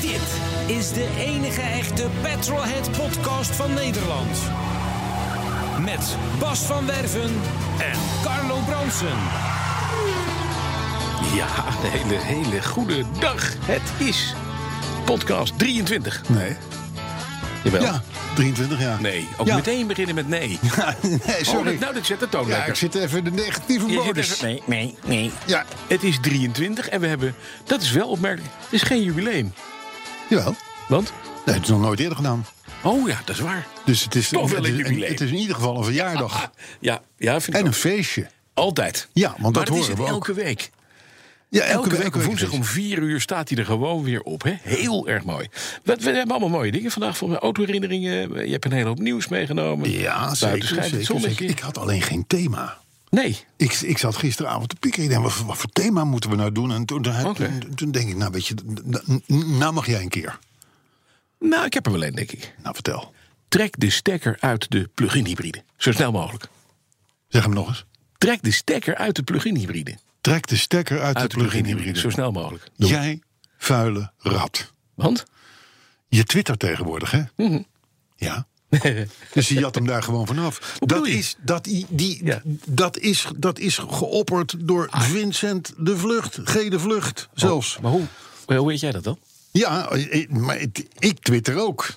Dit is de enige echte Petrolhead podcast van Nederland. Met Bas van Werven en Carlo Bronsen. Ja, een hele, hele goede dag. Het is podcast 23. Nee. Jawel. Ja, 23 jaar. Nee, ook Ja. meteen beginnen met nee. nee, Oh, sorry. dat- nou, dat zet de toon ja, lekker. dus- ik zit even in de negatieve Je zit modus. even- nee, nee, nee. Ja, Het is 23 en we hebben... Dat is wel opmerkelijk. Het is geen jubileum. jawel. Want? Nee, het is nog nooit eerder gedaan. Oh ja, dat is waar. Dus het is, Toch wel het, een is, jubileum. het is in ieder geval een verjaardag. Ja, ja vind ik en een ook. feestje. Altijd. Ja, want maar dat het horen is het we ook. elke week. Ja, Elke, week op een woensdag om feestje. vier uur staat hij er gewoon weer op. Hè? Heel erg mooi. We, we hebben allemaal mooie dingen vandaag. Voor mijn autoherinneringen. Je hebt een hele hoop nieuws meegenomen. Ja, Buiten zeker, schijnt het zeker, zonnetje. zeker. Ik had alleen geen thema. Nee. Ik, ik zat gisteravond te pieken. Ik dacht, wat, wat voor thema moeten we nou doen? En toen, toen, Oké. toen- toen denk ik, nou weet je, d- d- nou mag jij een keer. Nou, ik heb er wel een, denk ik. Nou, vertel. Trek de stekker uit de plug-in hybride. Zo snel mogelijk. Zeg hem nog eens. Trek de stekker uit de plug-in hybride. Trek de stekker uit, Uit de plug-in hybride. Zo snel mogelijk. Doe. Jij vuile rat. Want? Je twittert tegenwoordig, hè? Mhm. Ja. dus die jat hem daar gewoon vanaf. bedoel Dat je? is, dat, i- die, Ja. Ah. dat, is, dat is geopperd door Vincent de Vlucht. G de Vlucht zelfs. Maar hoe, Eh, hoe weet jij dat dan? Ja, eh, maar het- ik twitter ook.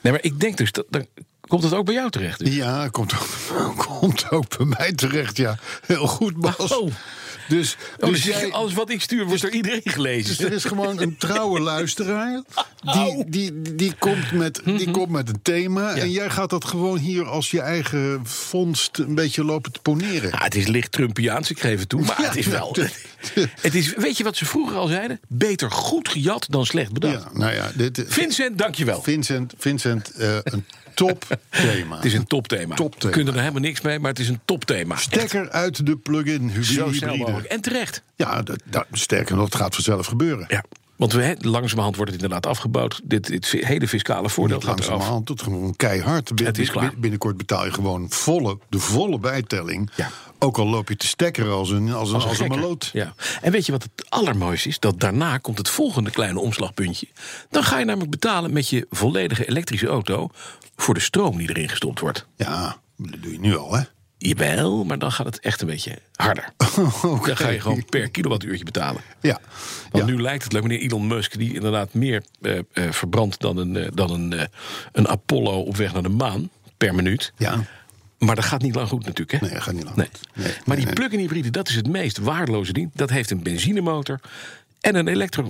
Nee, maar ik denk dus, dat, dan komt het ook bij jou terecht. dus. Ja, komt ook, komt ook bij mij terecht. Ja, heel goed, Bas. Oh. Dus, Oh, dus dus jij, alles wat ik stuur wordt door iedereen gelezen. Dus er is gewoon een trouwe luisteraar. Die, die, die, komt, met, die komt met een thema. En jij gaat dat gewoon hier als je eigen vondst een beetje lopen te poneren. Ah, het is licht Trumpiaans, ik geef het toe, maar Ja, het is wel. nou, Het is, weet je wat ze vroeger al zeiden? Beter goed gejat dan slecht bedacht. Ja, nou ja, dit, Vincent, dankjewel. Vincent, Vincent eh, een top thema. Het is een topthema. Topthema. We kunnen er helemaal niks mee, maar het is een topthema. Stekker uit de plug-in Zo snel mogelijk. hybride. En terecht. Ja, dat, dat, sterker nog, het gaat vanzelf gebeuren. Ja. Want we, hè, langzamerhand wordt het inderdaad afgebouwd. Dit, dit fi- hele fiscale voordeel Niet gaat eraf. langzamerhand, het gewoon keihard. Bin- Het is klaar. bin- Binnenkort betaal je gewoon volle, de volle bijtelling. Ja. Ook al loop je te stekkeren als een, als een, als een Gekker. maloot. Ja. En weet je wat het allermooiste is? Dat daarna komt het volgende kleine omslagpuntje. Dan ga je namelijk betalen met je volledige elektrische auto... voor de stroom die erin gestopt wordt. Ja, dat doe je nu al, hè? Jawel, maar dan gaat het echt een beetje harder. Oké. Dan ga je gewoon Oh. per kilowattuurtje betalen. Ja. Want ja. nu lijkt het leuk, meneer Elon Musk, die inderdaad meer eh, eh, verbrandt dan, een, eh, dan een, eh, een Apollo op weg naar de maan per minuut. Ja. Maar dat gaat niet lang goed natuurlijk, hè? Nee, dat gaat niet lang goed. Nee, maar nee, die nee. plug-in hybride, dat is het meest waardeloze ding. Dat heeft een benzinemotor en een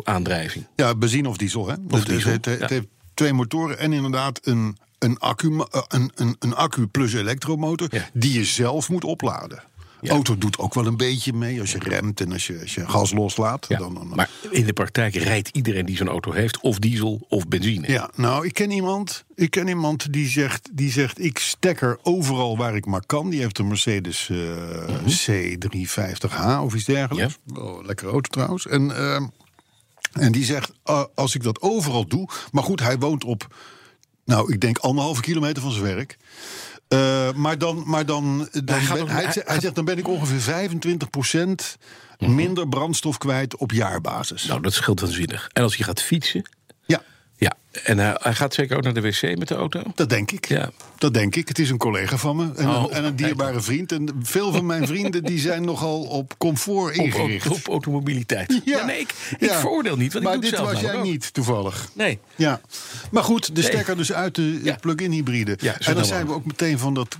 elektroaandrijving. ja, benzine of diesel, hè? Het- het- diesel, Het, het ja. heeft twee motoren en inderdaad een, een, accu, eh, een, een, een accu plus elektromotor... Ja. die je zelf moet opladen. Auto doet ook wel een beetje mee als je remt en als je, als je gas loslaat. Ja. Dan, dan, Maar in de praktijk rijdt iedereen die zo'n auto heeft of diesel of benzine. Ja, nou, ik ken iemand, ik ken iemand die, zegt, die zegt: ik stekker overal waar ik maar kan. Die heeft een Mercedes eh, Mhm. C350H of iets dergelijks. Wel, lekker auto trouwens. En, ehm, en die zegt: ah, als ik dat overal doe. Maar goed, hij woont op, nou, ik denk anderhalve kilometer van zijn werk. Eh, maar dan, maar dan, dan gaat ben- ook- hij, hij zegt- hij zegt: dan ben ik ongeveer 25% minder brandstof kwijt op jaarbasis. Nou, dat scheelt waanzinnig. En als je gaat fietsen, Ja, ja. En hij, hij gaat zeker ook naar de wc met de auto. Dat denk ik. Ja. Dat denk ik. Het is een collega van me en, Oh, een, en een dierbare vriend. En veel van mijn vrienden die zijn nogal op comfort Op, op, ingericht. op automobiliteit. Ja. nee, ik, ik Ja. veroordeel niet, want maar ik doe dit het zelf was jij namelijk ook. niet toevallig. Nee. Ja. Maar goed, de stekker dus uit de eh, Ja. plug-in hybride. Ja, zo en dan dan zijn we ook meteen van dat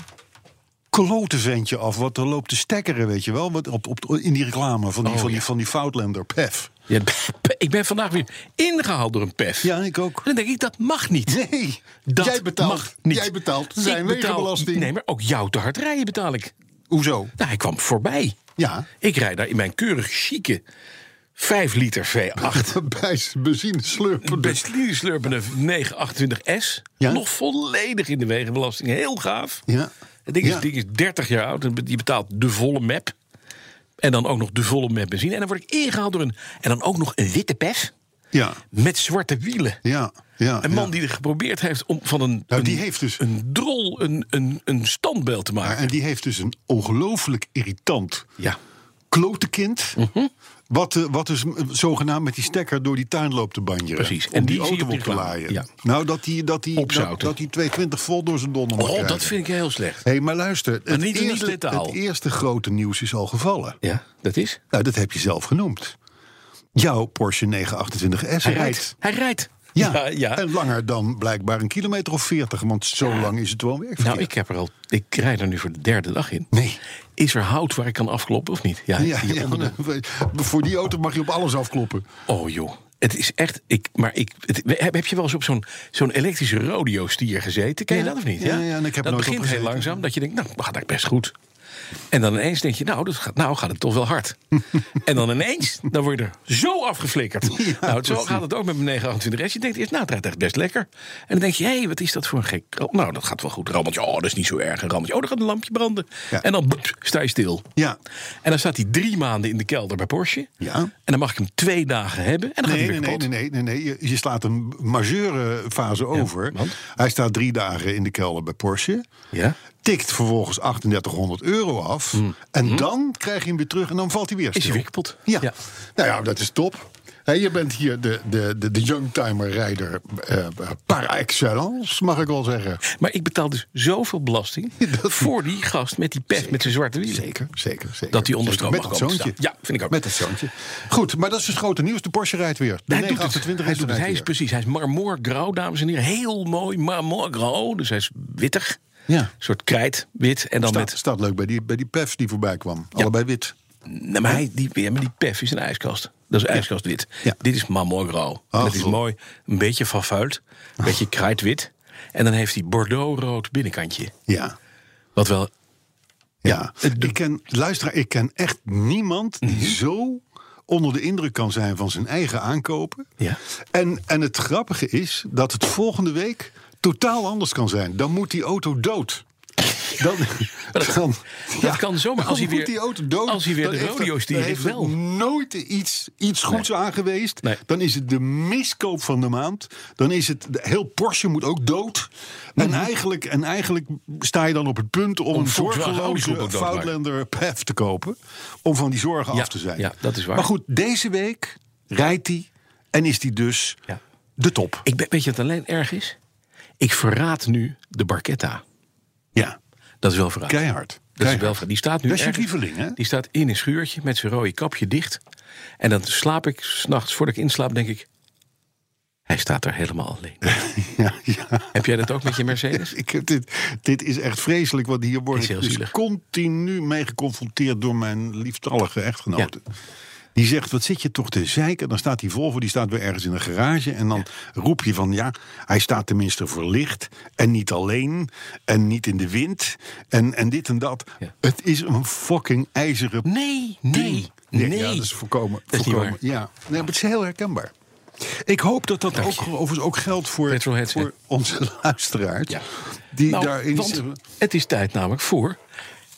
klote ventje af wat er loopt te stekkeren, weet je wel. Wat op, op, in die reclame van die, Oh, van die, ja. van die Foutlander PEF. Ja, ik ben vandaag weer ingehaald door een pef. Ja, ik ook. En dan denk ik, dat mag niet. Nee, Dat jij betaalt. mag niet. Jij betaalt Ik zijn betaal- wegenbelasting. Nee, maar ook jou te hard rijden betaal ik. Hoezo? Nou, hij kwam voorbij. Ja. Ik rijd daar in mijn keurig chique 5 liter V8. Bij benzine slurpen. Benzineslurpende 928S. Ja. Nog volledig in de wegenbelasting. Heel gaaf. Ja. Het ding is, Ja. het ding is 30 jaar oud. en Je betaalt de volle map. En dan ook nog de volle map benzine. En dan word ik ingehaald door een... En dan ook nog een witte pef. Ja, Met zwarte wielen. ja, Ah, ja. Een man ja. die er geprobeerd heeft om van een, Nou, die een- heeft dus- een drol een, een, een standbeeld te Ja, maken. en die heeft dus een ongelooflijk irritant Ja. klotenkind. Mhm. Wat, eh, wat dus eh, zogenaamd met die stekker door die tuin loopt te banjeren. Precies. Om En die, die zie je auto op die op te reclame. laaien. Ja. Nou, dat die, dat, die, dat, Opzouten. dat die 220 vol door zijn donder mag Oh, krijgen. dat vind ik heel slecht. Hé, hey, maar luister. niet- Het, niet eerste, litaal. het eerste grote nieuws is al gevallen. Ja, dat is. Nou, dat heb je zelf genoemd. Jouw Porsche 928 S Hij rijdt. rijdt. Hij rijdt. Ja, ja. ja. Nou, en langer dan blijkbaar een kilometer of 40, want zo lang is het wel een werkverkeer. Nou, ik heb er al. Ik rijd er nu voor de derde dag in. Nee. Is er hout waar ik kan afkloppen of niet? Ja, Ja, hier ja, onder de- voor die auto mag je op alles afkloppen. Oh joh. Het is echt. Ik, maar ik, het- heb, heb je wel eens op zo'n zo'n elektrische rodeo-stier gezeten? Ken je Ja. dat of niet? Ja, ja, en ik heb dat nooit op begint heel gezeten. langzaam. Dat je denkt, nou, dat gaat eigenlijk best goed. En dan ineens denk je, nou, dat gaat, nou gaat het toch wel hard. en dan ineens, dan word je er zo afgeflikkerd. nou, het- zo precies. gaat het ook met mijn 928 S. Je denkt eerst, nou, het rijdt echt best lekker. En dan denk je, hé, wat is dat voor een gek... oh, nou, dat gaat wel goed. Rammeltje, oh, dat is niet zo erg. Een rammeltje, oh, dan gaat een lampje branden. Ja. En dan boep, sta je stil. Ja. En dan staat hij drie maanden in de kelder bij Porsche. Ja. En dan mag ik hem twee dagen hebben. En dan gaat hij weer Nee, nee, nee, kapot. nee, nee, nee, nee. Je, je slaat een majeure fase over. want? Hij staat drie dagen in de kelder bij Porsche. Ja. Tikt vervolgens 3800 euro af. En dan krijg je hem weer terug en dan valt Hm. hij weer stil. Is hij weer kapot? Ja. Ja. Nou ja, dat is top. Hé, je bent hier de, de, de, de youngtimer-rijder eh, par excellence, mag ik wel zeggen. Maar ik betaal dus zoveel belasting voor die gast met die pet met zijn zwarte wielen. Zeker, zeker, zeker. Dat die onder stroom Met mag dat komen zoontje. te staan. Ja, vind ik ook. Met dat zoontje. Goed, maar dat is dus het grote nieuws. De Porsche rijdt weer. De hij doet het. 928 Hij, is doet het. eruit hij is weer. precies, hij is marmorgrauw, dames en heren. Heel mooi marmorgrauw. Dus hij is wittig. Ja. Een soort krijtwit. En dan Staat, met... staat leuk bij die, bij die PEF die voorbij kwam. Allebei wit. Nee, maar, hij, die, ja, maar die pef is een ijskast. Dat is ijskastwit. Ja. Dit is marmorgrauw. Ah, dat is goed. mooi. Een beetje vervuild. Oh. Een beetje krijtwit. En dan heeft hij bordeauxrood binnenkantje. Ja. Wat wel... ja. Ik ken, luister, ik ken echt niemand die Mhm. zo onder de indruk kan zijn van zijn eigen aankopen. Ja. En, en het grappige is dat het volgende week totaal anders kan zijn. Dan moet die auto dood. Dan, dan- dat kan zomaar. dan Als hij moet weer- die auto dood. als hij weer dan de heeft rodeo het- stier dan is heeft het wel. nooit iets, iets goeds aan geweest. Nee. Dan is het de miskoop van de maand. Dan is het, de- heel Porsche moet ook dood. En, Mhm. eigenlijk, en eigenlijk sta je dan op het punt om, een Volkswagen Audi groep ook dood zorgeloze te maken. Foutlander PEF te kopen. Om van die zorgen Ja, af te zijn. ja, dat is waar. Maar goed, deze week rijdt hij en is hij dus Ja. de top. Ik ben, weet je wat alleen erg is? Ik verraad nu de Barchetta. Ja, Dat is wel verraad. keihard. Dat is Keihard. wel, die staat nu Dat is je ergens- lieveling, hè? Die staat in een schuurtje met zijn rode kapje dicht. En dan slaap ik s'nachts, voordat ik inslaap, denk ik... Hij staat er helemaal alleen. Ja, ja. Heb jij dat ook met je Mercedes? Ik heb dit, dit is echt vreselijk, want hier word Is ik heel dus zielig. continu mee geconfronteerd door mijn lieftallige echtgenote. Die zegt, wat zit je toch te zeiken? Dan staat die Volvo, die staat weer ergens in een garage. En dan roep je van, ja, hij staat tenminste verlicht. En niet alleen. En niet in de wind. En, en dit en dat. Ja. Het is een fucking ijzeren Nee, ding. nee, nee. Ja, dat is voorkomen. Dat is niet voorkomen. Ja, nee, maar het is heel herkenbaar. Ik hoop dat dat Dank ook, je. overigens ook geldt voor, Petrolheads, hè? voor onze luisteraars. Ja. Die Nou, daarin want zitten- het is tijd namelijk voor...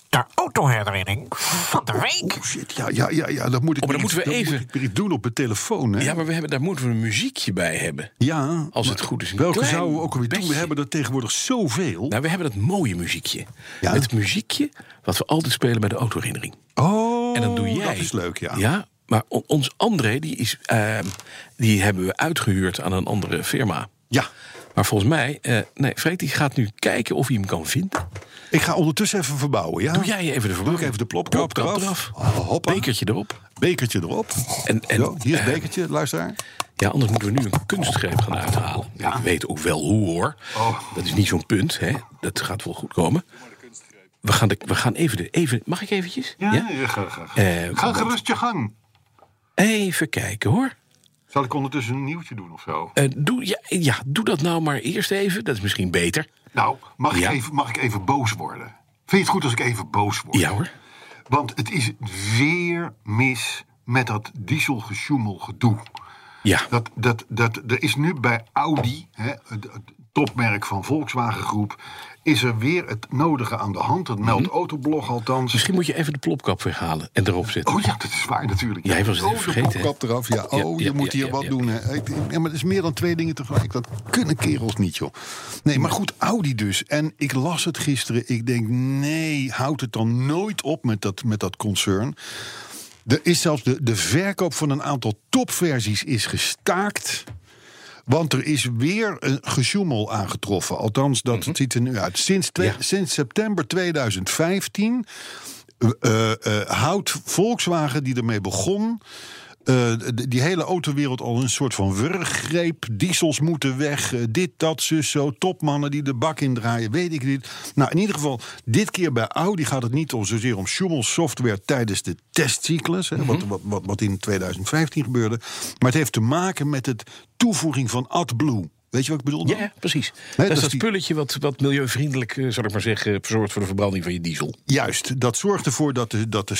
De autoherinnering van de week. Oh shit, ja, ja, ja, ja, dat moet ik Oh, maar dan weer moeten we iets- dat even- moet ik weer iets doen op mijn telefoon. Hè? Ja, maar we hebben, daar moeten we een muziekje bij hebben. Ja, Als het maar goed is, een Welke klein zouden we ook alweer doen? We beetje. hebben er tegenwoordig zoveel. Nou, we hebben dat mooie muziekje. Ja. Het muziekje wat we altijd spelen bij de autoherinnering. oh, Nou, En dat doe jij. Dat is leuk, ja. Ja, maar on- ons André, die, is, ehm, die hebben we uitgehuurd aan een andere firma. Ja. Maar volgens mij, eh, nee, Freek die gaat nu kijken of hij hem kan vinden. Ik ga ondertussen even verbouwen, ja? Doe jij even de verbouwing. Doe ik even de plopkap eraf. Oh, hoppa. Bekertje erop. Bekertje erop. En- en- Eh. Zo, hier is het bekertje, luisteraar. Ja, anders moeten we nu een kunstgreep gaan uithalen. Oh. Ja. Ik weet ook wel hoe hoor. Dat is niet zo'n punt, hè. Dat gaat wel goed komen. we gaan, de, we gaan even, de, even... Mag ik eventjes? Ja, ja, ga, ga, ga. Eh, ga wat- gerust je gang. Even kijken hoor. Zal ik ondertussen dus een nieuwtje doen of zo? Eh, doe, ja, ja, doe dat nou maar eerst even. Dat is misschien beter. Nou, mag, Ja. ik even, mag ik even boos worden? Vind je het goed als ik even boos word? Ja hoor. Want het is weer mis met dat dieselgesjoemel gedoe. Ja. Dat, dat, dat, er is nu bij Audi, hè, het, het topmerk van Volkswagen Groep... is er weer het nodige aan de hand. Dat meldt Autoblog althans. Mhm. Misschien moet je even de plopkap weghalen en erop zetten. Oh ja, dat is waar natuurlijk. Jij was het oh, even vergeten, De kap eraf, ja. Ja, Oh, ja, je moet ja, hier ja, wat ja. doen. Hè. Ik- Ja, maar het is meer dan twee dingen tegelijk. Dat kunnen kerels niet, joh. Nee, maar goed, Audi dus. En ik las het gisteren. Ik denk, nee, houd het dan nooit op met dat, met dat concern. Er is zelfs de, de verkoop van een aantal topversies is gestaakt... Want er is weer een gesjoemel aangetroffen. Althans, dat ziet er nu uit. Sinds, twee- Mhm. Ja. sinds september 2015 eh, eh, houdt Volkswagen, die ermee begon. eh, d- die hele autowereld al een soort van wurggreep. Diesels moeten weg, eh, dit, dat, zus, zo. Topmannen die de bak indraaien, weet ik niet. Nou, in ieder geval, dit keer bij Audi gaat het niet om zozeer om Schummel software tijdens de testcyclus. Hè, wat, wat, wat, wat in 2015 gebeurde. Maar het heeft te maken met het toevoeging van AdBlue. Weet je wat ik bedoel? dan? Ja, ja, precies. dat dat is is dat die- spulletje wat, wat milieuvriendelijk, eh, zal ik maar zeggen, verzorgt voor de verbranding van je diesel. Juist, dat zorgt ervoor dat de, dat de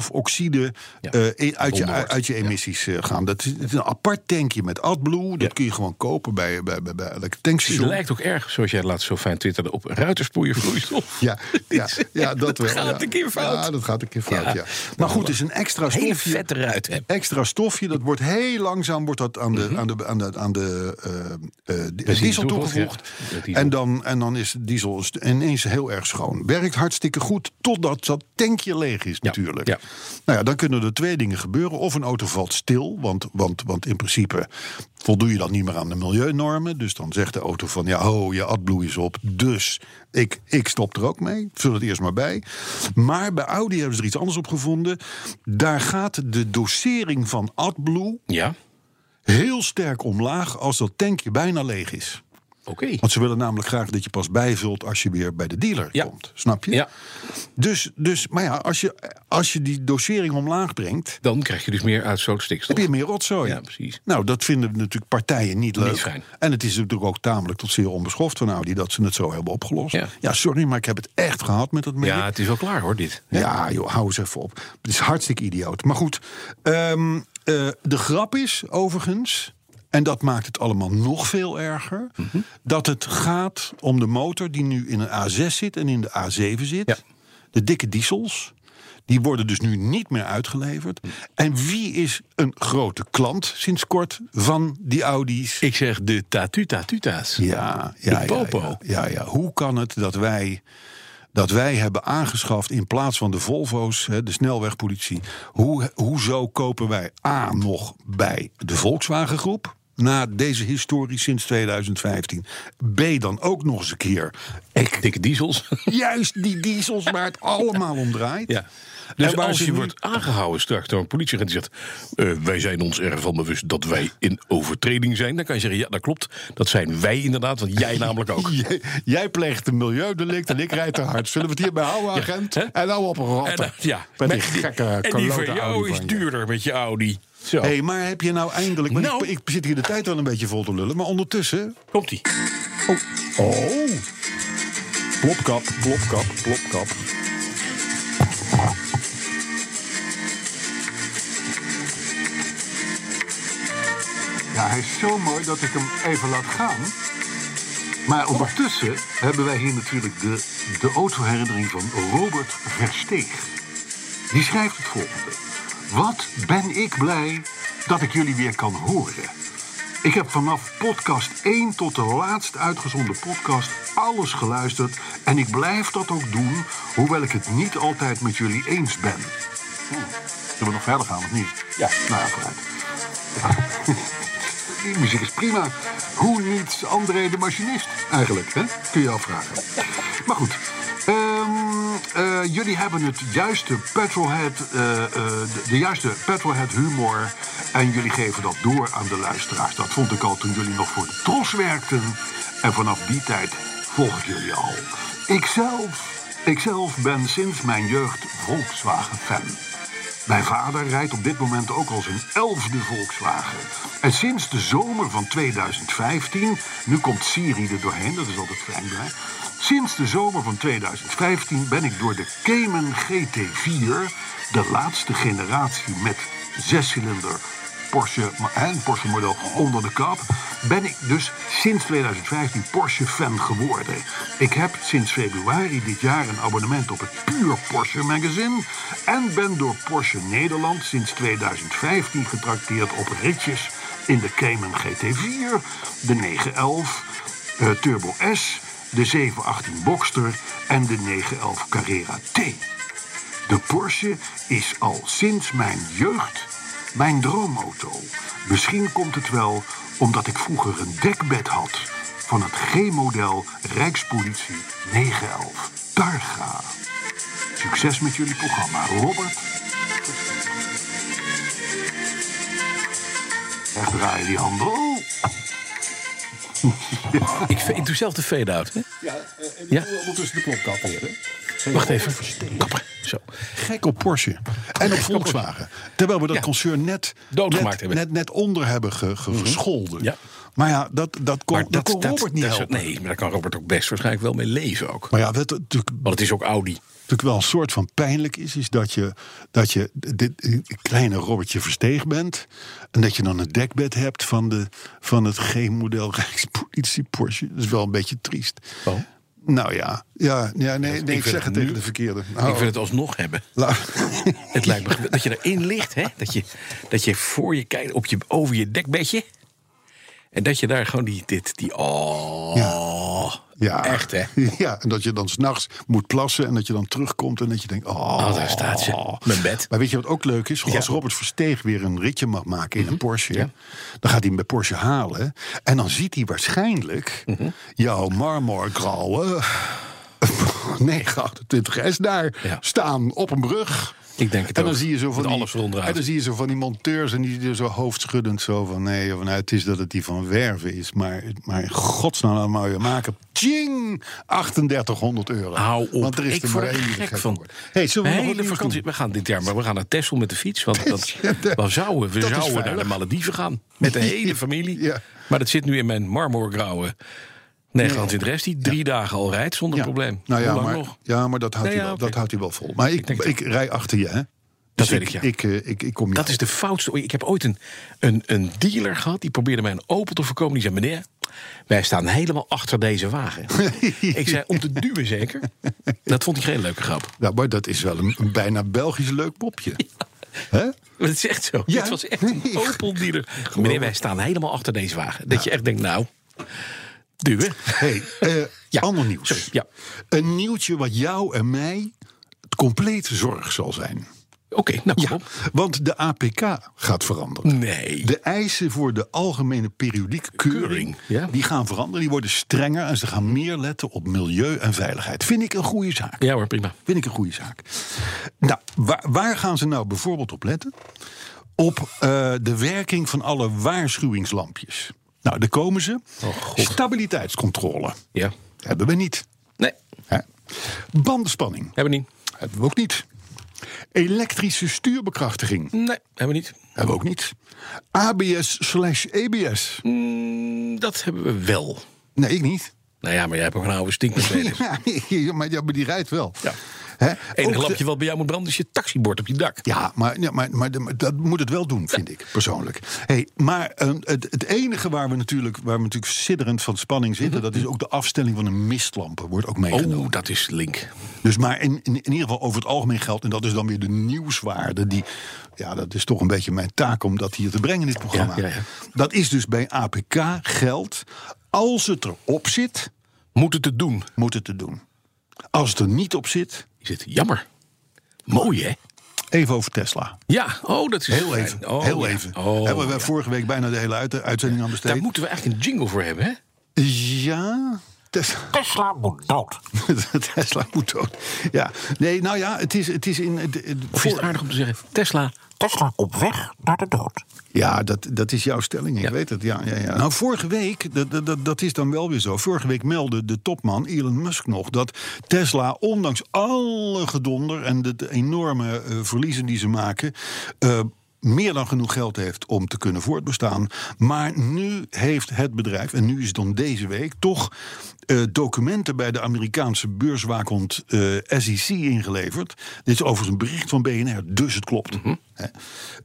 stikstofoxide Ja, eh, e- uit, je, verbonden wordt. uit je emissies eh, gaan. Dat is, het is een apart tankje met AdBlue. Dat Ja. kun je gewoon kopen bij, bij, bij, bij elk Het tankstation. lijkt ook erg, zoals jij laatst zo fijn twitterde, op ruiterspoeiervloeistof. Ja, ja, ja, dat wel. gaat ja. een keer fout. Ja, dat gaat een keer fout, ja. Ja. Maar goed, het is een extra Hele stofje. vette ruit. hè. Mhm. extra stofje. Dat wordt heel langzaam wordt dat aan de, aan de, aan de, aan de eh, eh, diesel toevoegt, toegevoegd. ja. De diesel. En, dan, en dan is diesel ineens heel erg schoon. Werkt hartstikke goed totdat dat tankje leeg is natuurlijk. ja. Nou ja, dan kunnen er twee dingen gebeuren. Of een auto valt stil, want, want, want in principe voldoe je dan niet meer aan de milieunormen. Dus dan zegt de auto van, ja, ho, je AdBlue is op, dus ik, ik stop er ook mee. Vul het eerst maar bij. Maar bij Audi hebben ze er iets anders op gevonden. Daar gaat de dosering van AdBlue Ja, heel sterk omlaag als dat tankje bijna leeg is. oké. Want ze willen namelijk graag dat je pas bijvult als je weer bij de dealer Ja. komt. Snap je? Ja, Dus, dus, maar ja, als je, als je die dosering omlaag brengt, dan krijg je dus meer uitstoot heb stikstof. je meer rotzooi. Ja, precies. Nou, dat vinden natuurlijk partijen niet leuk. fijn. En het is natuurlijk ook tamelijk tot zeer onbeschoft van Audi dat ze het zo hebben opgelost. Ja. sorry, maar ik heb het echt gehad met dat merk. Ja, het is wel klaar hoor, dit. Ja, joh, hou eens even op. Het is hartstikke idioot. Maar goed, ehm, eh, de grap is overigens, en dat maakt het allemaal nog veel erger, Mhm. dat het gaat om de motor die nu in een A6 zit en in de A7 zit. Ja. De dikke diesels. Die worden dus nu niet meer uitgeleverd. Mhm. En wie is een grote klant sinds kort van die Audi's? Ik zeg de tatu-tatuta's. Ja, De ja, ja, popo. Ja, ja, ja. Hoe kan het dat wij, dat wij hebben aangeschaft in plaats van de Volvo's, hè, de snelwegpolitie? Hoe, hoezo kopen wij A nog bij de Volkswagen groep? Na deze historie sinds 2015. B dan ook nog eens een keer. Dikke diesels. Juist die diesels waar het allemaal om draait. Ja. En Dus waar als ze je nu- wordt aangehouden straks door een politieagent die zegt... eh, wij zijn ons ervan bewust dat wij in overtreding zijn... dan kan je zeggen, ja, dat klopt. Dat zijn wij inderdaad, want jij namelijk ook. Jij, jij pleegt een milieudelict en ik rijd te hard. Zullen we het hierbij houden, agent? hè? en nou op een En, rotte. eh, ja. Met die Met gekke en die voor klote jou Audi is van je. duurder met je Audi. Zo, Hé, hey, maar heb je nou eindelijk... want Nou. Ik, ik zit hier de tijd wel een beetje vol te lullen, maar ondertussen... komt-ie. Oh, oh. Plopkap, plopkap, plopkap. Ja, hij is zo mooi dat ik hem even laat gaan. Maar ondertussen hebben wij hier natuurlijk de, de autoherinnering van Robert Versteeg. Die schrijft het volgende. Wat ben ik blij dat ik jullie weer kan horen. Ik heb vanaf podcast 1 tot de laatst uitgezonden podcast alles geluisterd. En ik blijf dat ook doen, hoewel ik het niet altijd met jullie eens ben. Oeh, Zullen we nog verder gaan of niet? Ja. Nou ja, vooruit. Die muziek is prima. Hoe niet André de machinist eigenlijk, hè? Kun je je afvragen. Maar goed. Ehm, eh, jullie hebben het juiste petrolhead, eh, eh, de, de juiste petrolhead humor. En jullie geven dat door aan de luisteraars. Dat vond ik al toen jullie nog voor de tros werkten. En vanaf die tijd volg ik jullie al. Ikzelf Ikzelf ben sinds mijn jeugd Volkswagen-fan. Mijn vader rijdt op dit moment ook al zijn elfde Volkswagen. En sinds de zomer van 2015, nu komt Siri er doorheen, dat is altijd fijn blij. Sinds de zomer van 2015 ben ik door de Cayman GT4, de laatste generatie met zescilinder Porsche en Porsche model onder de kap. Ben ik dus sinds 2015 Porsche fan geworden. Ik heb sinds februari dit jaar een abonnement op het Puur Porsche magazine. En ben door Porsche Nederland sinds 2015 getrakteerd op ritjes in de Cayman GT4, de 911, eh, Turbo S, de 718 Boxster en de 911 Carrera T. De Porsche is al sinds mijn jeugd mijn droomauto. Misschien komt het wel omdat ik vroeger een dekbed had van het G-model Rijkspolitie 911 Targa. Succes met jullie programma, Robert. Wegdraaien die handel. Ik, vind- ik doe zelf de fade-out. hè? Ja, eh, en die Ja. doen we ondertussen de klok kappen. heren. Zijn Wacht we even. oversteken? Kapper. Zo. Gek op Porsche. En op Volkswagen. Terwijl we dat Ja. concern net, Doodgemaakt net, hebben. net, net onder hebben ge, ge- gescholden. Ja. Maar Mhm. ja, dat, dat kon, dat, kon Robert niet dat- helpen. Nee, maar daar kan Robert ook best waarschijnlijk wel mee leven ook. Maar ja, wat natuurlijk, Want het is ook Audi. natuurlijk wel een soort van pijnlijk is... is dat je, dat je dit kleine Robertje versteeg bent... en dat je dan een dekbed hebt van, de, van het G-model Rijkspolitie Porsche. Dat is wel een beetje triest. Oh. Nou ja, ja, ja nee, nee, ik vind zeg het het nu- tegen de verkeerde. Nou, Ik wil het alsnog hebben. het... Het lijkt me gew- dat je erin ligt, hè? Dat je, dat je voor je kijkt op je, over je dekbedje. En dat je daar gewoon die, dit, die, oh, Ja. echt hè. Ja, en dat je dan s'nachts moet plassen en dat je dan terugkomt en dat je denkt, oh, Oh, daar staat ze. Mijn bed. Maar weet je wat ook leuk is? Als Ja. Mhm. Robert Versteeg weer een ritje mag maken in een Porsche, dan gaat hij hem bij Porsche halen en dan ziet hij waarschijnlijk Mhm. jouw marmorgrauwe 928 S daar Ja. staan op een brug. Ik denk het en dan ook. Zie je zo Met van die- alles eronder En uit. dan zie je zo van die monteurs en die er zo hoofdschuddend zo van... nee, joh, nou, het is dat het die van Werven is, maar, maar in godsnaam dat maar weer maken. Tjing! 3800 euro. Hou op. Want er is ik er word maar er één die gek gek van. wordt. Hey, zullen we Mijn nog wat hele nieuws vakantie. doen? We gaan dit jaar, maar we gaan naar Texel met de fiets. Want dat, Ja, dat- eh, we zouden, we dat is zouden naar veilig. de Malediven gaan. Met de hele familie. Ja. Maar dat zit nu in mijn marmorgrauwe Nederland in de rest. Die drie dagen al rijdt zonder Ja. probleem. Nou ja, Hoe lang maar, nog? ja, maar dat houdt, Nee, hij ja, wel, oké. dat houdt hij wel vol. Maar ik, denk ik, het rij achter je, hè? Dat Dus weet ik, ja. Ik, eh, ik, ik kom je Dat is de foutste. Ik heb ooit een, een, een dealer gehad. Die probeerde mij een Opel te voorkomen. Die zei: Meneer, wij staan helemaal achter deze wagen. ik zei: Om te duwen zeker. Dat vond ik geen leuke grap. Nou, maar dat is wel een, een bijna Belgisch leuk popje. Hè? Maar Het is echt zo. Ja. Dit was echt een Opel-dealer. Meneer, wij staan helemaal achter deze wagen. Dat je echt denkt: Nou, duwen. Hey, eh, Ja, ander nieuws. sorry, ja. Een nieuwtje wat jou en mij het complete zorg zal zijn. Oké, nou kom op. Want de APK gaat veranderen. Nee. De eisen voor de algemene periodieke keuring, Keuring, ja. die gaan veranderen. Die worden strenger en ze gaan meer letten op milieu en veiligheid. Vind ik een goede zaak. Ja hoor, prima. Vind ik een goede zaak. Nou, waar, waar gaan ze nou bijvoorbeeld op letten? Op eh, de werking van alle waarschuwingslampjes. Nou, daar komen ze. Oh, Stabiliteitscontrole. Ja. Hebben we niet. Nee, Hè? Bandenspanning. hebben we niet. Hebben we ook niet. Elektrische stuurbekrachtiging. Nee, hebben we niet. Hebben we ook niet. ABS slash E EBS. Mm, dat hebben we wel. Nee, ik niet. Nou ja, maar jij hebt ook een oude dus. stinkmercedes. Ja, maar, ja, maar die rijdt wel. Ja. Hè? Enige Ook de- lampje wat bij jou moet branden is je taxibord op je dak. Ja, maar, ja, maar, maar, maar dat moet het wel doen, vind ik persoonlijk. Hey, maar eh, het, het enige waar we, natuurlijk, waar we natuurlijk sidderend van spanning Mhm. zitten, dat is ook de afstelling van een mistlampen, wordt ook meegenomen. Oh, dat is link. Dus maar in, in, in ieder geval over het algemeen geldt, en dat is dan weer de nieuwswaarde, die, ja, dat is toch een beetje mijn taak om dat hier te brengen in dit programma. Ja, ja, ja. Dat is dus bij APK geldt, als het erop zit, Moet het te doen. moet het te doen. Als het er niet op zit, Is het jammer. Mooi, hè? even over Tesla. Ja, oh, dat is Heel fijn. even, Oh, heel ja. even. Oh, Hebben we ja. vorige week bijna de hele uit- uitzending aan besteed. Daar moeten we echt een jingle voor hebben, hè? Ja, Tesla. Tesla moet dood. Tesla moet dood. Ja, nee, nou ja, het is, het is in. het- het- Of is het aardig om te zeggen, Tesla, Tesla op weg naar de dood. Ja, dat, dat is jouw stelling, ik Ja. weet het. Ja, ja, ja. Nou, vorige week, dat- dat, dat, dat is dan wel weer zo. Vorige week meldde de topman Elon Musk nog dat Tesla, ondanks alle gedonder en de de enorme eh, verliezen die ze maken. eh, meer dan genoeg geld heeft om te kunnen voortbestaan. Maar nu heeft het bedrijf, en nu is het dan deze week, toch eh, documenten bij de Amerikaanse beurswaakhond eh, SEC ingeleverd. Dit is overigens een bericht van BNR, dus het klopt. Hè.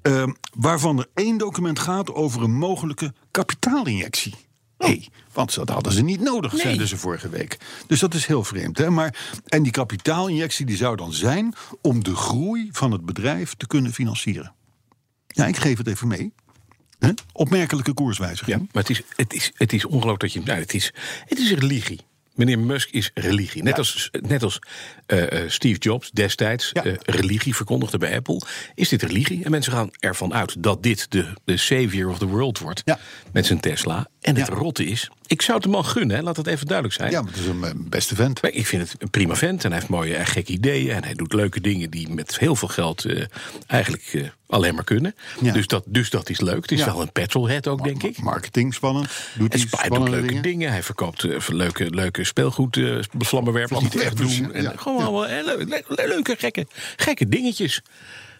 Ehm, waarvan er één document gaat over een mogelijke kapitaalinjectie. Oh. Nee, want dat hadden ze niet nodig, zeiden ze vorige week. Dus dat is heel vreemd. Hè? Maar, en die kapitaalinjectie die zou dan zijn om de groei van het bedrijf te kunnen financieren. Ja, ik geef het even mee. Hè? Opmerkelijke Ja, koerswijziging. maar het is, het is, het is ongelooflijk dat je. Nou, het, is, het is religie. Meneer Musk is religie. Net als, net als eh, eh, Steve Jobs destijds Ja. eh, religie verkondigde bij Apple. Is dit religie? En mensen gaan ervan uit dat dit de, de savior of the world wordt. Ja. Met zijn Tesla. En het Ja. rotte is. Ik zou het hem al gunnen, hè, laat dat even duidelijk zijn. Ja, maar het is een eh, beste vent. Maar ik vind het een prima vent en hij heeft mooie en gekke ideeën. En hij doet leuke dingen die met heel veel geld eh, eigenlijk eh, alleen maar kunnen. Ja. Dus, dat, dus dat is leuk. Het is Ja. wel een petrolhead ook, denk ik. Marketing spannend. Doet En hij Spy doet spannende leuke dingen. dingen. Hij verkoopt eh, leuke, leuke speelgoed, eh vlammenwerpers die het echt Vlammenwerpers, doen. En ja. Gewoon allemaal eh, le- le- le- leuke, gekke, gekke dingetjes.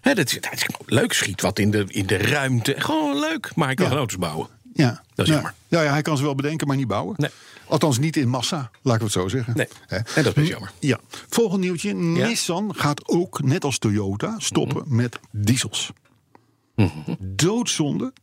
Hè, dat, is- dat is leuk schiet wat in de, in de ruimte. Gewoon leuk, maar hij kan Ja. geen auto's bouwen. Ja. Dat is ja. jammer. Ja, ja, hij kan ze wel bedenken, maar niet bouwen. Nee. Althans, niet in massa, laat ik het zo zeggen. Nee. Hè. Hm, En dat is best jammer. Ja. Volgend nieuwtje. Nissan gaat ook, net als Toyota, stoppen Mhm. met diesels. Doodzonde.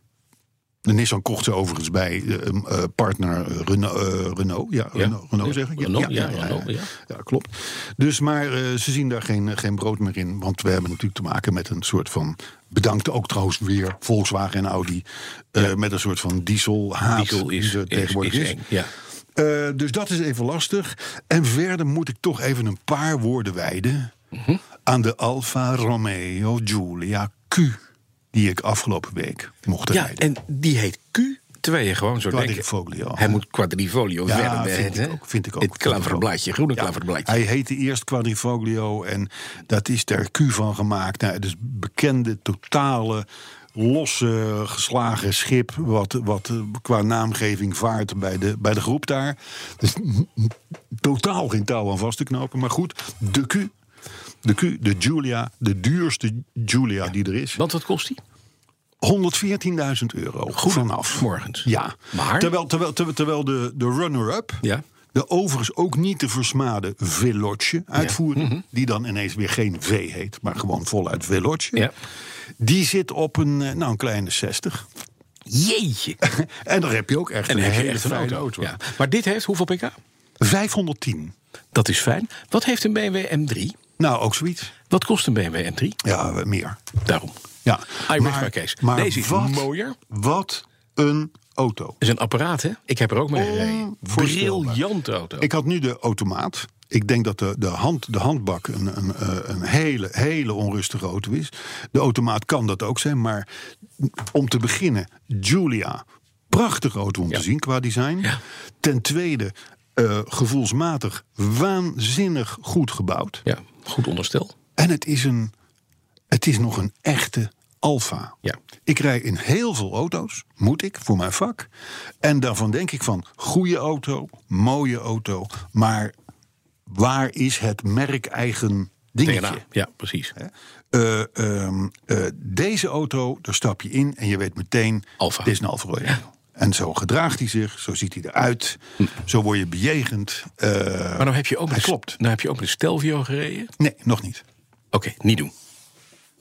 De Nissan kocht ze overigens bij eh, um, eh, partner eh, Renault. eh, Renault, ja, Renault, Renault zeg ik. Renault, ja, Renault, ja. Ja, klopt. Dus, maar eh, ze zien daar geen, eh, geen brood meer in. Want we hebben natuurlijk te maken met een soort van... Bedankt ook trouwens weer Volkswagen en Audi. eh, Met een soort van diesel haat Diesel is, die er is, is, tegenwoordig is. eng. Ja. Eh, dus dat is even lastig. En verder moet ik toch even een paar woorden wijden... Mhm. aan de Alfa Romeo Giulia Q... die ik afgelopen week mocht ja, rijden. en die heet Q. Terwijl je gewoon zo Quadrifoglio, denkt. hè? Hij moet quadrifolio Ja, verder. vind hè? ik ook, vind ik ook. Het klaverblaadje, groene Ja, klaverblaadje. Hij heette eerst Quadrifoglio en dat is er Q van gemaakt. Nou, het is bekende, totale, losse, geslagen schip... wat, wat eh, qua naamgeving vaart bij de, bij de groep daar. Dus n- n- totaal geen touw aan vast te knopen. Maar goed, de Q, de, Q, de Julia, de duurste Julia die er is. Want wat kost die? 114.000 euro vanaf. morgens. Ja. Maar? Terwijl, terwijl, ter- terwijl de, de runner-up... Ja. De overigens ook niet te versmade Veloce uitvoering. Mhm. Die dan ineens weer geen V heet, maar gewoon voluit Veloce. Ja. Die zit op een, eh, nou, een kleine 60. Jeetje. En En daar heb je ook echt dan een heb je hele echt een fijne auto. auto. Ja. Maar dit heeft hoeveel pk? 510. Dat is fijn. Wat heeft een BMW M3? Nou, ook zoiets. Wat kost een BMW M3? Ja, eh, meer. Daarom. Ja. rest my case. Deze is mooier. Wat een auto. Dat is een apparaat, hè? Ik heb er ook mee gereden. Onvoorstelbaar. Briljant auto. Ik had nu de automaat. Ik denk dat de, de, hand, de handbak een, een, eh, een hele, hele onrustige auto is. De automaat kan dat ook zijn. Maar om te beginnen, Julia. Prachtige auto om Ja. te zien qua design. Ja. Ten tweede, eh, gevoelsmatig waanzinnig goed gebouwd. Ja, goed onderstel. En het is, een, het is nog een echte alfa. Ja. Ik rij in heel veel auto's, moet ik, voor mijn vak. En daarvan denk ik van, goede auto, mooie auto... maar waar is het merkeigen dingetje? DNA. Ja, precies. Eh, ehm, eh, deze auto, daar stap je in en je weet meteen... Alfa. Dit is een Alfa Romeo. En zo gedraagt hij zich, zo ziet hij eruit, zo word je bejegend. Eh, Hm. Maar nou heb je ook met, Hij klopt. Nou heb je ook met Stelvio gereden. nee, nog niet. Oké, niet doen.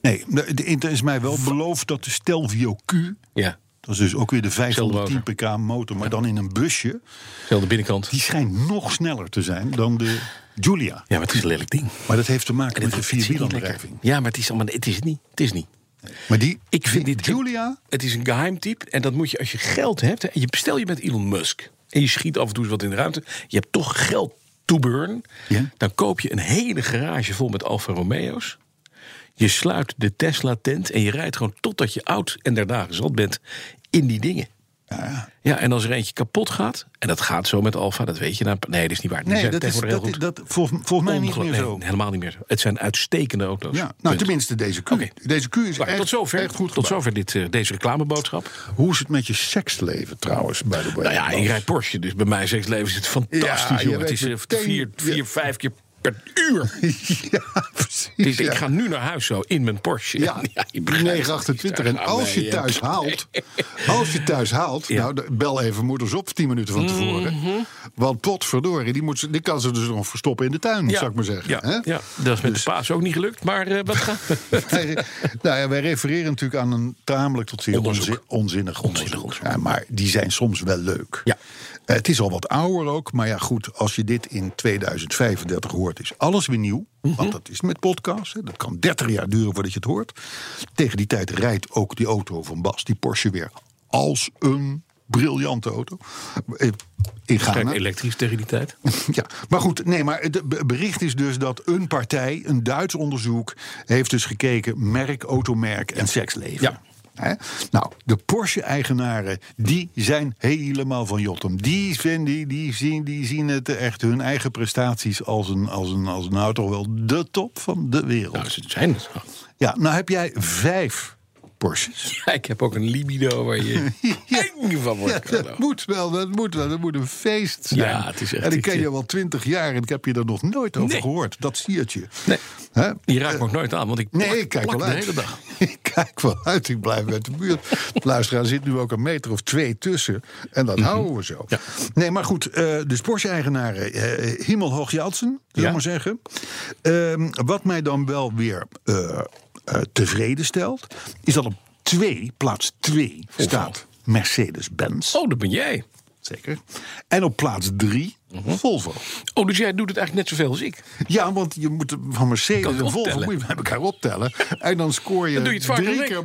Nee, de- de- er is mij wel beloofd dat de Stelvio Q... Ja. dat is dus ook weer de 510 motor. pk motor, maar dan in een busje... Zelfde binnenkant. die schijnt nog sneller te zijn dan de Julia. Ja, maar het is een lelijk ding. Maar dat heeft te maken En met het- het de zit niet vierwielaandrijving. lekker. Ja, maar het is allemaal. Het is het niet. Het is niet. Maar die, Ik vind die dit Julia... Het is een geheim type. En dat moet je als je geld hebt. hè, En je bestel je met Elon Musk. En je schiet af en toe eens wat in de ruimte. Je hebt toch geld to burn. Ja. Dan koop je een hele garage vol met Alfa Romeo's. Je sluit de Tesla tent en je rijdt gewoon totdat je oud en der dagen zat bent in die dingen. Ja, en als er eentje kapot gaat, en dat gaat zo met Alfa, dat weet je. Nou, nee, dat is niet waar. Die Nee, zijn dat is, tegenwoordig dat, heel is- goed. dat, volgens, volgens mij niet Ongeluk- meer nee, zo. helemaal niet meer zo. Het zijn uitstekende auto's. Ja, nou, Punt. tenminste deze Q. Oké. Deze Q is Nou, echt, tot zover, echt goed tot gebouwd. zover dit, eh, deze reclameboodschap. Hoe is het met je seksleven trouwens, by the way? Nou ja, ik Bas? rijd Porsche, dus bij mij seksleven is het Ja, fantastisch, je jongen. Het weet is eh, meteen- vier, vier je- vijf keer per uur. ja, precies. Het is- ja. Ik ga nu naar huis zo, in mijn Porsche. Ja, je begrijpt het. 928. En Daar als gaan je wij, thuis eh, haalt, als je thuis haalt, nou, de- bel even moeders op 10 minuten van tevoren. Mhm. Want potverdorie, die, moet, ze- die kan ze dus nog verstoppen in de tuin, zou ik maar zeggen. Ja, hè? Dus- ja. dat is met de paas ook niet gelukt, maar eh, wat gaat... Wij, nou ja, wij refereren natuurlijk aan een tamelijk tot zeer Onderzoek. onzi- onzinnig onderzoek. onderzoek. Ja, maar die zijn soms wel leuk. Ja. Eh, het is al wat ouder ook, maar ja goed, als je dit in 2035 hoort, is alles weer nieuw. Mhm. Want dat is met podcasts, hè. dat kan 30 jaar duren voordat je het hoort. Tegen die tijd rijdt ook die auto van Bas, die Porsche weer, als een briljante auto. Eh, In Kijk, Ghana. elektrisch tegen die tijd. Ja, maar goed, nee, maar het be- bericht is dus dat een partij, een Duits onderzoek, heeft dus gekeken merk, automerk en seksleven. Ja. Hè? Nou, de Porsche-eigenaren, die zijn helemaal van Jotem. Die, vinden, die, die, zien, die zien het echt hun eigen prestaties als een, als een, als een nou toch wel de top van de Nou, wereld. ze zijn het gewoon. Ja, nou heb jij vijf Porsches. Ja, ik heb ook een libido waar je eng van Ja, wordt. dat moet wel, dat moet wel. Dat moet een feest zijn. Ja, het is echt en ik iets, ken ja. je al twintig jaar en ik heb je er nog nooit over Nee. gehoord. Dat siert je. Nee. Hè? Die raakt me ook nooit aan, want ik Nee, plak- ik kijk plak wel de uit. hele dag. Ik kijk wel uit, ik blijf uit de buurt. De luisteraar zit nu ook een meter of twee tussen. En dat houden we zo. Mhm. Ja. Nee, maar goed, eh, dus Porsche-eigenaren eh Himmelhoog Jansen, zullen we Ja. maar zeggen. Ehm, wat mij dan wel weer eh, eh, tevreden stelt... is dat op twee, plaats twee, staat Mercedes-Benz. Oh, dat ben jij. Zeker. En op plaats drie, Volvo. Oh, dus jij doet het eigenlijk net zoveel als ik. Ja, want je moet van Kan Mercedes je en Volvo optellen. moet je bij elkaar optellen. En dan scoor je, Dan doe je het vaker drie dan ik. keer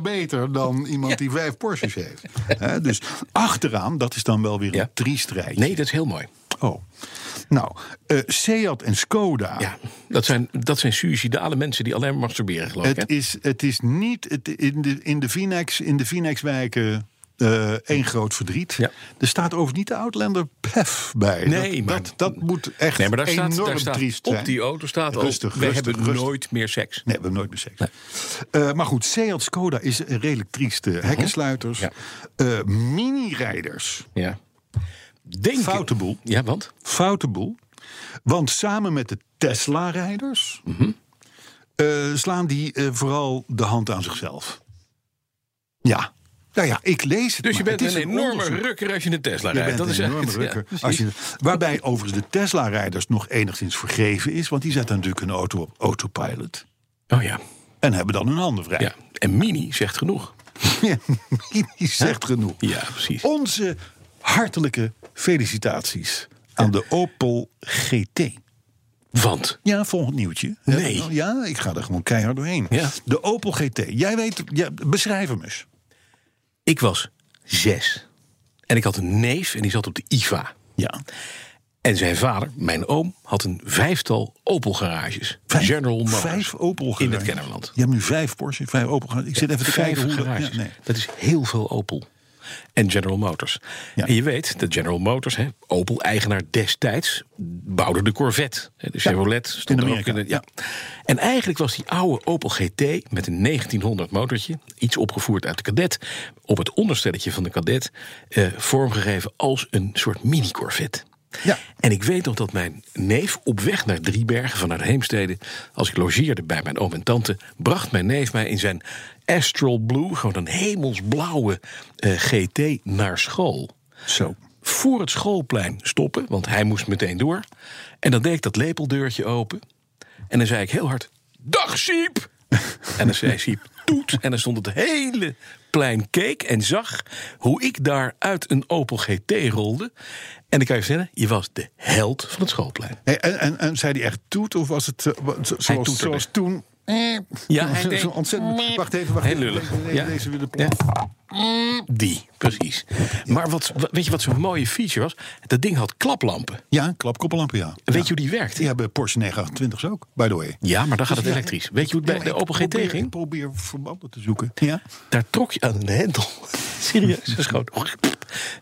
beter dan iemand die vijf Porsches heeft. Hè, dus achteraan, dat is dan wel weer Ja. een triestrijd. Nee, dat is heel mooi. Oh. Nou, eh, Seat en Skoda. Ja, dat zijn, dat zijn suïcidale mensen die alleen maar masturberen, geloof ik. hè? Het is, het is niet het, in de, in de Phoenix, in de Phoenixwijken eh één groot verdriet. Ja. Er staat overigens niet de Outlander PEF bij. Nee, dat, maar- dat, dat moet echt Nee, maar daar staat, enorm daar staat triest op zijn. die auto staat ook, Rustig, we rustig, hebben rustig. nooit meer seks. Nee, we hebben nooit meer seks. Eh, maar goed, Seat Skoda is een redelijk trieste. Hekkensluiters, Mhm. Ja. eh, mini-rijders. Ja. Denk Foute boel. Ja, want? Foute boel. Want samen met de Tesla-rijders Mhm. eh, slaan die eh, vooral de hand aan zichzelf. Ja. Nou ja, ik lees het. Dus je maar. bent Het is een enorme onderzoek. rukker als je een Tesla Je rijdt. bent dat is een enorme echt- rukker. ja, Als je, waarbij overigens de Tesla-rijders nog enigszins vergeven is. Want die zetten natuurlijk hun auto op autopilot. Oh ja. En hebben dan hun handen vrij. ja. En Mini zegt genoeg. Oh. Ja, die zegt genoeg. Ja, precies. Onze hartelijke felicitaties aan de Opel GT. Want? Ja, volgend nieuwtje. Hè? Nou, Nee. Ja, ik ga er gewoon keihard doorheen. Ja. De Opel GT. Jij weet, ja, beschrijf hem eens. Ik was zes. En ik had een neef en die zat op de IVA. Ja. En zijn vader, mijn oom, had een vijftal Opel garages. General Motors. Vijf Opel In het garages. Kennemerland. Je hebt nu vijf Porsche, vijf Opel garages. Ik zit even te Vijf kijken hoe dat- garages. ja, nee. Dat is heel veel Opel. En General Motors. Ja. En je weet dat General Motors, hè, Opel-eigenaar destijds, bouwde de Corvette. hè, De Chevrolet stond in er ook Amerika, de- ja. En eigenlijk was die oude Opel GT met een 1900 motortje, iets opgevoerd uit de Cadet, op het onderstelletje van de Cadet, eh, vormgegeven als een soort mini-Corvette. Ja. En ik weet nog dat mijn neef op weg naar Driebergen vanuit Heemstede... als ik logeerde bij mijn oom en tante... bracht mijn neef mij in zijn Astral Blue... gewoon een hemelsblauwe eh, GT naar school. Zo. Voor het schoolplein stoppen, want hij moest meteen door. En dan deed ik dat lepeldeurtje open. En dan zei ik heel hard... Dag, Siep! en dan zei Siep... Toet! En dan stond het hele plein keek en zag... hoe ik daar uit een Opel GT rolde. En ik kan je vertellen, je was de held van het schoolplein. Hey, en, en, en zei die echt toet? Of was het eh, wa- zo- zoals, toeterde. zoals toen... eh, Ja, hij zo- deed- zo ontzettend... Wacht even, wacht Heel even. lullig. Deze, Ja. deze weer de Ja. Die, precies. Maar wat, wa- weet je wat zo'n mooie feature was? Dat ding had klaplampen. En Ja, klapkoppelampen, ja. Weet je hoe die werkt? Die hebben Porsche 928 ook, by the way. Dus Ja, maar dan gaat het elektrisch. Weet je hoe het bij de Opel GT probeer, Ik ging? probeer verbanden te zoeken. Ja. Daar trok je aan een hendel. Serieus, dat schoot.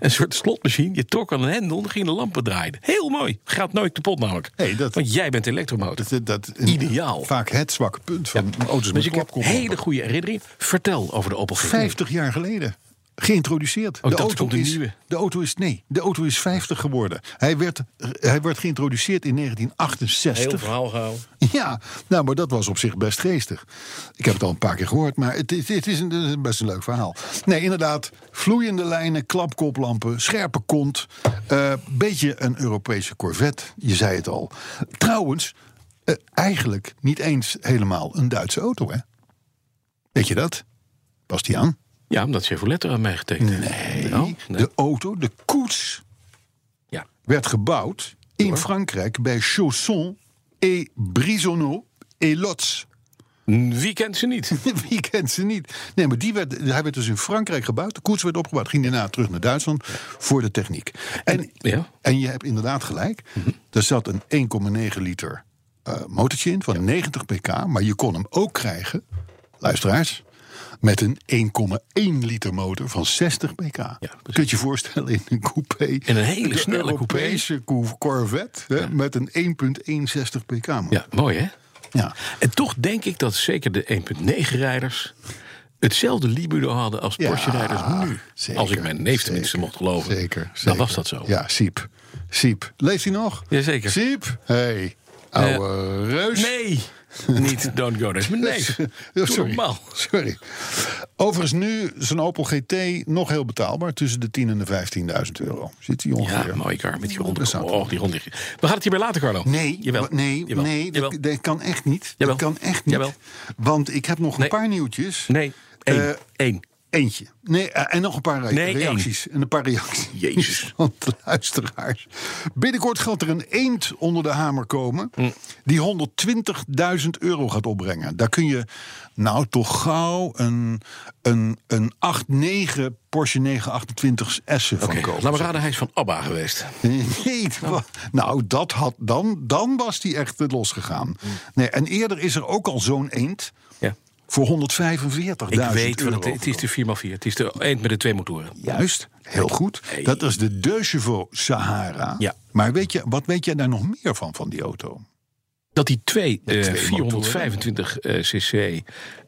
een soort slotmachine. Je trok aan een hendel en ging de lampen draaien. Heel mooi. Gaat nooit kapot namelijk. Nee, dat- Want jij bent elektromotor. Dat, dat, Ideaal. Vaak het zwakke punt van auto's dus met ik heb klapkop. hele goede herinnering. Vertel over de Opel Vijf. 50 jaar geleden. Geïntroduceerd. Oh, dacht, er komt een is, nieuwe. de auto is. Nee, de auto is 50 geworden. Hij werd, hij werd geïntroduceerd in 1968. gehouden. Ja, nou, maar dat was op zich best geestig. Ik heb het al een paar keer gehoord, maar het, is- het is een, het is best een leuk verhaal. Nee, inderdaad, vloeiende lijnen, klapkoplampen, scherpe kont. eh, beetje een Europese Corvette, je zei het al. Trouwens, eh, eigenlijk niet eens helemaal een Duitse auto, hè? Weet je dat? Past die aan? Ja, omdat Chevrolet er aan mij getekend heeft. Oh, nee. De auto, de koets, Ja. werd gebouwd in Frankrijk bij Chausson et Brisonneau et Lotz. Wie kent ze niet? Wie kent ze niet? Nee, maar die werd, hij werd dus in Frankrijk gebouwd. De koets werd opgebouwd. Ging daarna terug naar Duitsland voor de techniek. En, Ja. Mhm. en je hebt inderdaad gelijk. Er zat een 1,9 liter eh, motortje in van 90 pk. Maar je kon hem ook krijgen, luisteraars, met een 1,1 liter motor van 60 pk. precies. Kun je je voorstellen in een coupé. In een hele snelle coupé. Europese coupé. Corvette hè, met een 1,61 pk. motor. Ja, mooi hè? ja. En toch denk ik dat zeker de 1.9-rijders hetzelfde libido hadden als Ja, Porsche-rijders nu. zeker, als ik mijn neef tenminste zeker, mocht geloven. Zeker, Dan zeker. was dat zo. Ja, Siep. Siep. Leeft hij nog? Jazeker. Siep? Hey, ouwe reus. Nee, niet Don't Go There's mijn neef. Ja, Doe sorry. normaal. sorry. Overigens nu zijn Opel GT nog heel betaalbaar. Tussen de 10.000 en de 15.000 euro. Zit hij Ja, ongeveer. mooi kar met die ronde. Dat zou toch- Oh, die ronde. We gaan het hierbij laten, Carlo. Nee, Jawel. wa- nee, Jawel. nee Jawel. dat, dat kan echt niet. Jawel. Dat kan echt niet. Jawel. Want ik heb nog een Nee. paar nieuwtjes. Nee, één. Eh, Eén. Eentje. Nee, eh, en nog een paar re- Nee, reacties. En een paar reacties Jezus. van de luisteraars. Binnenkort gaat er een eend onder de hamer komen... Hm. die 120.000 euro gaat opbrengen. Daar kun je nou toch gauw een, een, een 8-9 Porsche 928 S'en van Oké, kopen. Laat me raden, hij is van ABBA geweest. Nee, dat wa- nou, dat had dan, dan was die echt losgegaan. Hm. Nee, en eerder is er ook al zo'n eend Ja. voor 145.000 Ik euro. weet, van het, het is de 4x4. Het is de eend met de twee motoren. Juist, heel goed. Dat is de De Chevaux Sahara. Ja. Maar weet je, wat weet jij daar nog meer van, van die auto? Dat die twee, eh, twee 425 eh, cc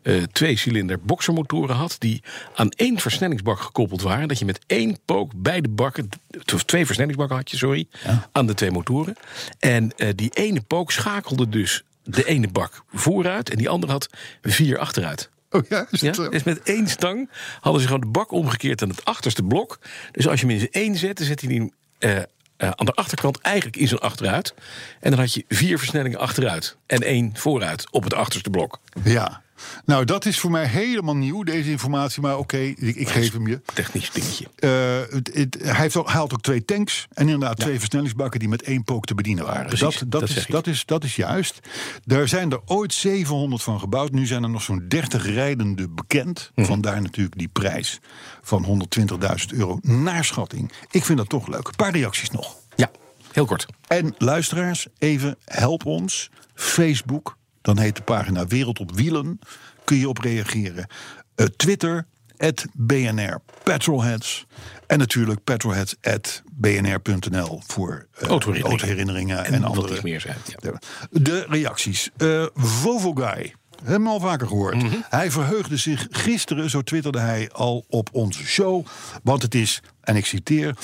eh twee-cilinder boxermotoren had... die aan één versnellingsbak gekoppeld waren. Dat je met één pook beide bakken... of twee versnellingsbakken had je, sorry, aan de twee motoren. En eh, die ene pook schakelde dus de ene bak vooruit... en die andere had vier achteruit. Oh, juist. Ja? Dus met één stang hadden ze gewoon de bak omgekeerd aan het achterste blok. Dus als je hem in zijn één zet, dan zet hij hem eh, eh, aan de achterkant eigenlijk in zijn achteruit. En dan had je vier versnellingen achteruit en één vooruit op het achterste blok. Ja. Nou, dat is voor mij helemaal nieuw, deze informatie. Maar oké, ik, ik geef hem je. Technisch dingetje. Eh, het, het- hij heeft ook, hij had ook twee tanks en inderdaad twee versnellingsbakken die met één pook te bedienen waren. Precies, dat, dat, dat is, zeg ik. dat, is, dat is juist. Daar zijn er ooit 700 van gebouwd. Nu zijn er nog zo'n 30 rijdende bekend. Mhm. Vandaar natuurlijk die prijs van 120.000 euro naar schatting. Ik vind dat toch leuk. Een paar reacties nog. Ja, heel kort. En luisteraars, even help ons. Facebook, dan heet de pagina Wereld op Wielen. Kun je op reageren. Eh, Twitter, at BNR Petrolheads. En natuurlijk petrolheads at bnr.nl voor eh, Autoherinneringen. autoherinneringen en, En wat andere. iets meer zijn, ja. De reacties. Eh Vovoguy. Hem al vaker gehoord. Hij verheugde zich gisteren, zo twitterde hij al op onze show. Want het is, en ik citeer: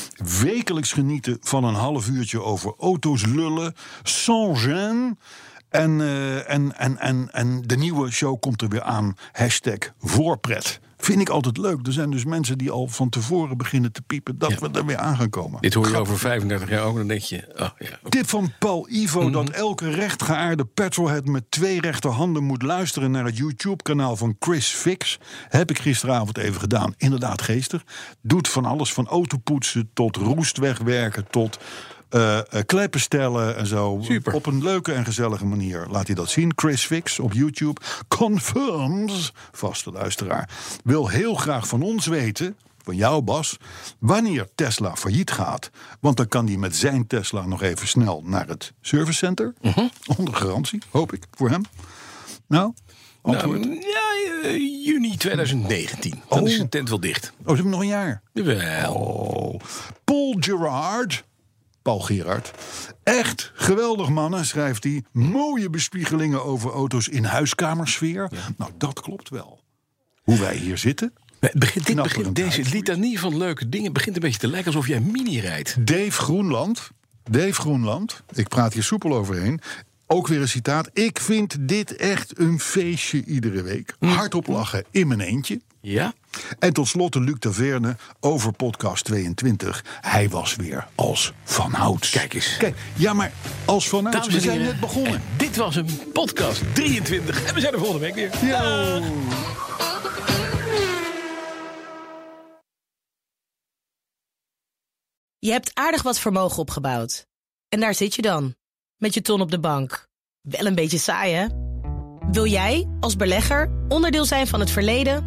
wekelijks genieten van een half uurtje over auto's lullen, sans gêne. En, eh, en, en, en, en de nieuwe show komt er weer aan. Hashtag voorpret. Vind ik altijd leuk. Er zijn dus mensen die al van tevoren beginnen te piepen dat we er weer aan gaan komen. Dit hoor je over 35 jaar ook, dan denk je... Oh, ja. Tip van Paul Ivo dat elke rechtgeaarde petrolhead met twee rechterhanden moet luisteren naar het YouTube-kanaal van Chris Fix. Heb ik gisteravond even gedaan. Inderdaad geestig. Doet van alles, van autopoetsen tot roest wegwerken tot eh, eh, kleppen stellen en zo. Super. Op een leuke en gezellige manier laat hij dat zien. Chris Fix op YouTube. Confirms, vaste luisteraar, wil heel graag van ons weten, van jou Bas, wanneer Tesla failliet gaat. Want dan kan hij met zijn Tesla nog even snel naar het servicecenter. Onder garantie, hoop ik, voor hem. Nou, Antwoord. Nou, ja, eh, juni 2019. Dan Oh. is de tent wel dicht. Oh, ze hebben nog een jaar. Jawel. Oh. Paul Gerard. Paul Gerard. Echt geweldig mannen, schrijft hij. Mooie bespiegelingen over auto's in huiskamersfeer. Nou, dat klopt wel. Hoe wij hier zitten. Het begint, dit Knapperend begint, deze huis. litanie van leuke dingen begint een beetje te lijken alsof jij mini rijdt. Dave Groenland. Dave Groenland. Ik praat hier soepel overheen. Ook weer een citaat. Ik vind dit echt een feestje iedere week. Hm. Hardop lachen in mijn eentje. Ja? En tot slot de Luc Taverne over podcast 22. Hij was weer als Van Hout. Kijk eens. Kijk, ja, maar als Van Hout. Dames We en zijn heren, net begonnen. en dit was een podcast 23. En we zijn er volgende week weer. Ja. Je hebt aardig wat vermogen opgebouwd. En daar zit je dan, met je ton op de bank. Wel een beetje saai, hè? Wil jij, als belegger, onderdeel zijn van het verleden